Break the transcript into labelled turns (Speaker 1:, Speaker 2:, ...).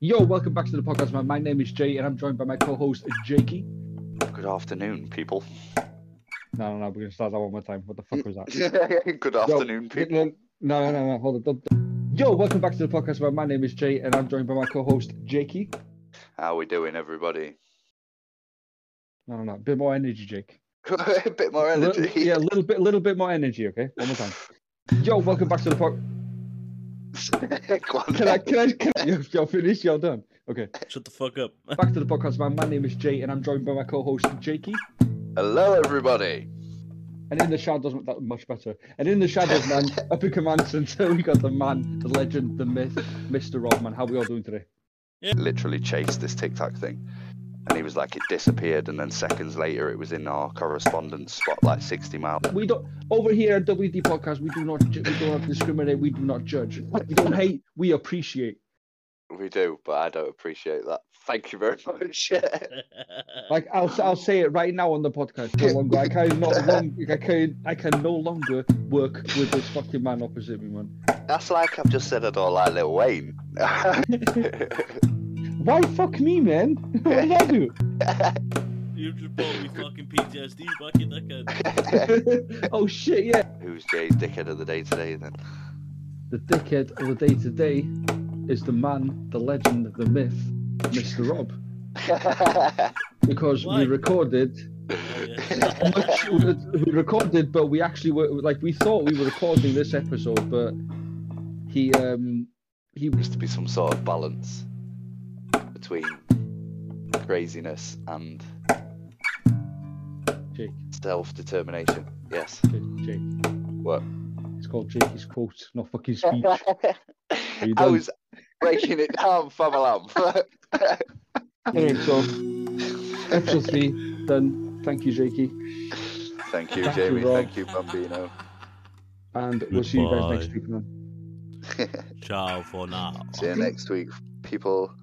Speaker 1: Yo, welcome back to the podcast, man. My name is Jay, and I'm joined by my co-host Jakey.
Speaker 2: Good afternoon, people.
Speaker 1: No, no, no, we're gonna start that one more time. What the fuck was that?
Speaker 2: Good afternoon, people.
Speaker 1: No, no, no, no, hold on. don't- Yo, welcome back to the podcast, man. My name is Jay, and I'm joined by my co-host Jakey.
Speaker 2: How we doing, everybody?
Speaker 1: No, no, no, a bit more energy, Jake.
Speaker 2: a bit more
Speaker 1: A little-
Speaker 2: energy.
Speaker 1: yeah, a little bit, little bit more energy. Okay, one more time. Yo, welcome back to the podcast.
Speaker 2: Go on
Speaker 1: Can I,
Speaker 2: then.
Speaker 1: can I, can I, yo, yo, finish, yo, done. Okay,
Speaker 3: Shut the fuck up.
Speaker 1: back to the podcast, man. My name is Jay, and I'm joined by my co-host Jakey.
Speaker 2: Hello, everybody.
Speaker 1: And in the shadows, that much better. And in the shadows, man, up in command center, we got the man, the legend, the myth, Mr. Rodman. How we all doing today?
Speaker 2: Literally chased this Tic Tac thing, and he was like, it disappeared, and then seconds later, it was in our correspondence spot, like 60 miles.
Speaker 1: We don't over here at WD Podcast. We do not, ju- we do not discriminate. We do not judge. We don't hate. We appreciate.
Speaker 2: We do, but I don't appreciate that. Thank you very much.
Speaker 1: Like I'll, s- I'll say it right now on the podcast. No longer, I can no long, I can, I can no longer work with this fucking man opposite me, man.
Speaker 2: That's like I've just said I don't like Lil Wayne.
Speaker 1: Why fuck me, man? what did I do?
Speaker 3: you just brought me fucking PTSD back in that guy.
Speaker 1: oh shit, yeah.
Speaker 2: Who's Jay's dickhead of the day today, then?
Speaker 1: The dickhead of the day to day is the man, the legend, the myth, Mr. Rob. Because
Speaker 3: Why?
Speaker 1: we recorded,
Speaker 3: Oh, yeah.
Speaker 1: much, we we recorded, but we actually were like we thought we were recording this episode, but he um he
Speaker 2: There has to be some sort of balance between craziness and
Speaker 1: Jake
Speaker 2: self-determination. Yes.
Speaker 1: Jake, Jake.
Speaker 2: What?
Speaker 1: It's called Jakey's quote, not fucking speech. you
Speaker 2: I
Speaker 1: done?
Speaker 2: was breaking it down, Famalam.
Speaker 1: anyway, so episode three done. Thank you, Jakey,
Speaker 2: Thank you,
Speaker 1: Thank you,
Speaker 2: Jamie.
Speaker 1: Rob.
Speaker 2: Thank you, Bambino.
Speaker 1: and we'll see you guys
Speaker 3: Goodbye.
Speaker 1: next week, man.
Speaker 3: Ciao for now.
Speaker 2: See you next week, people.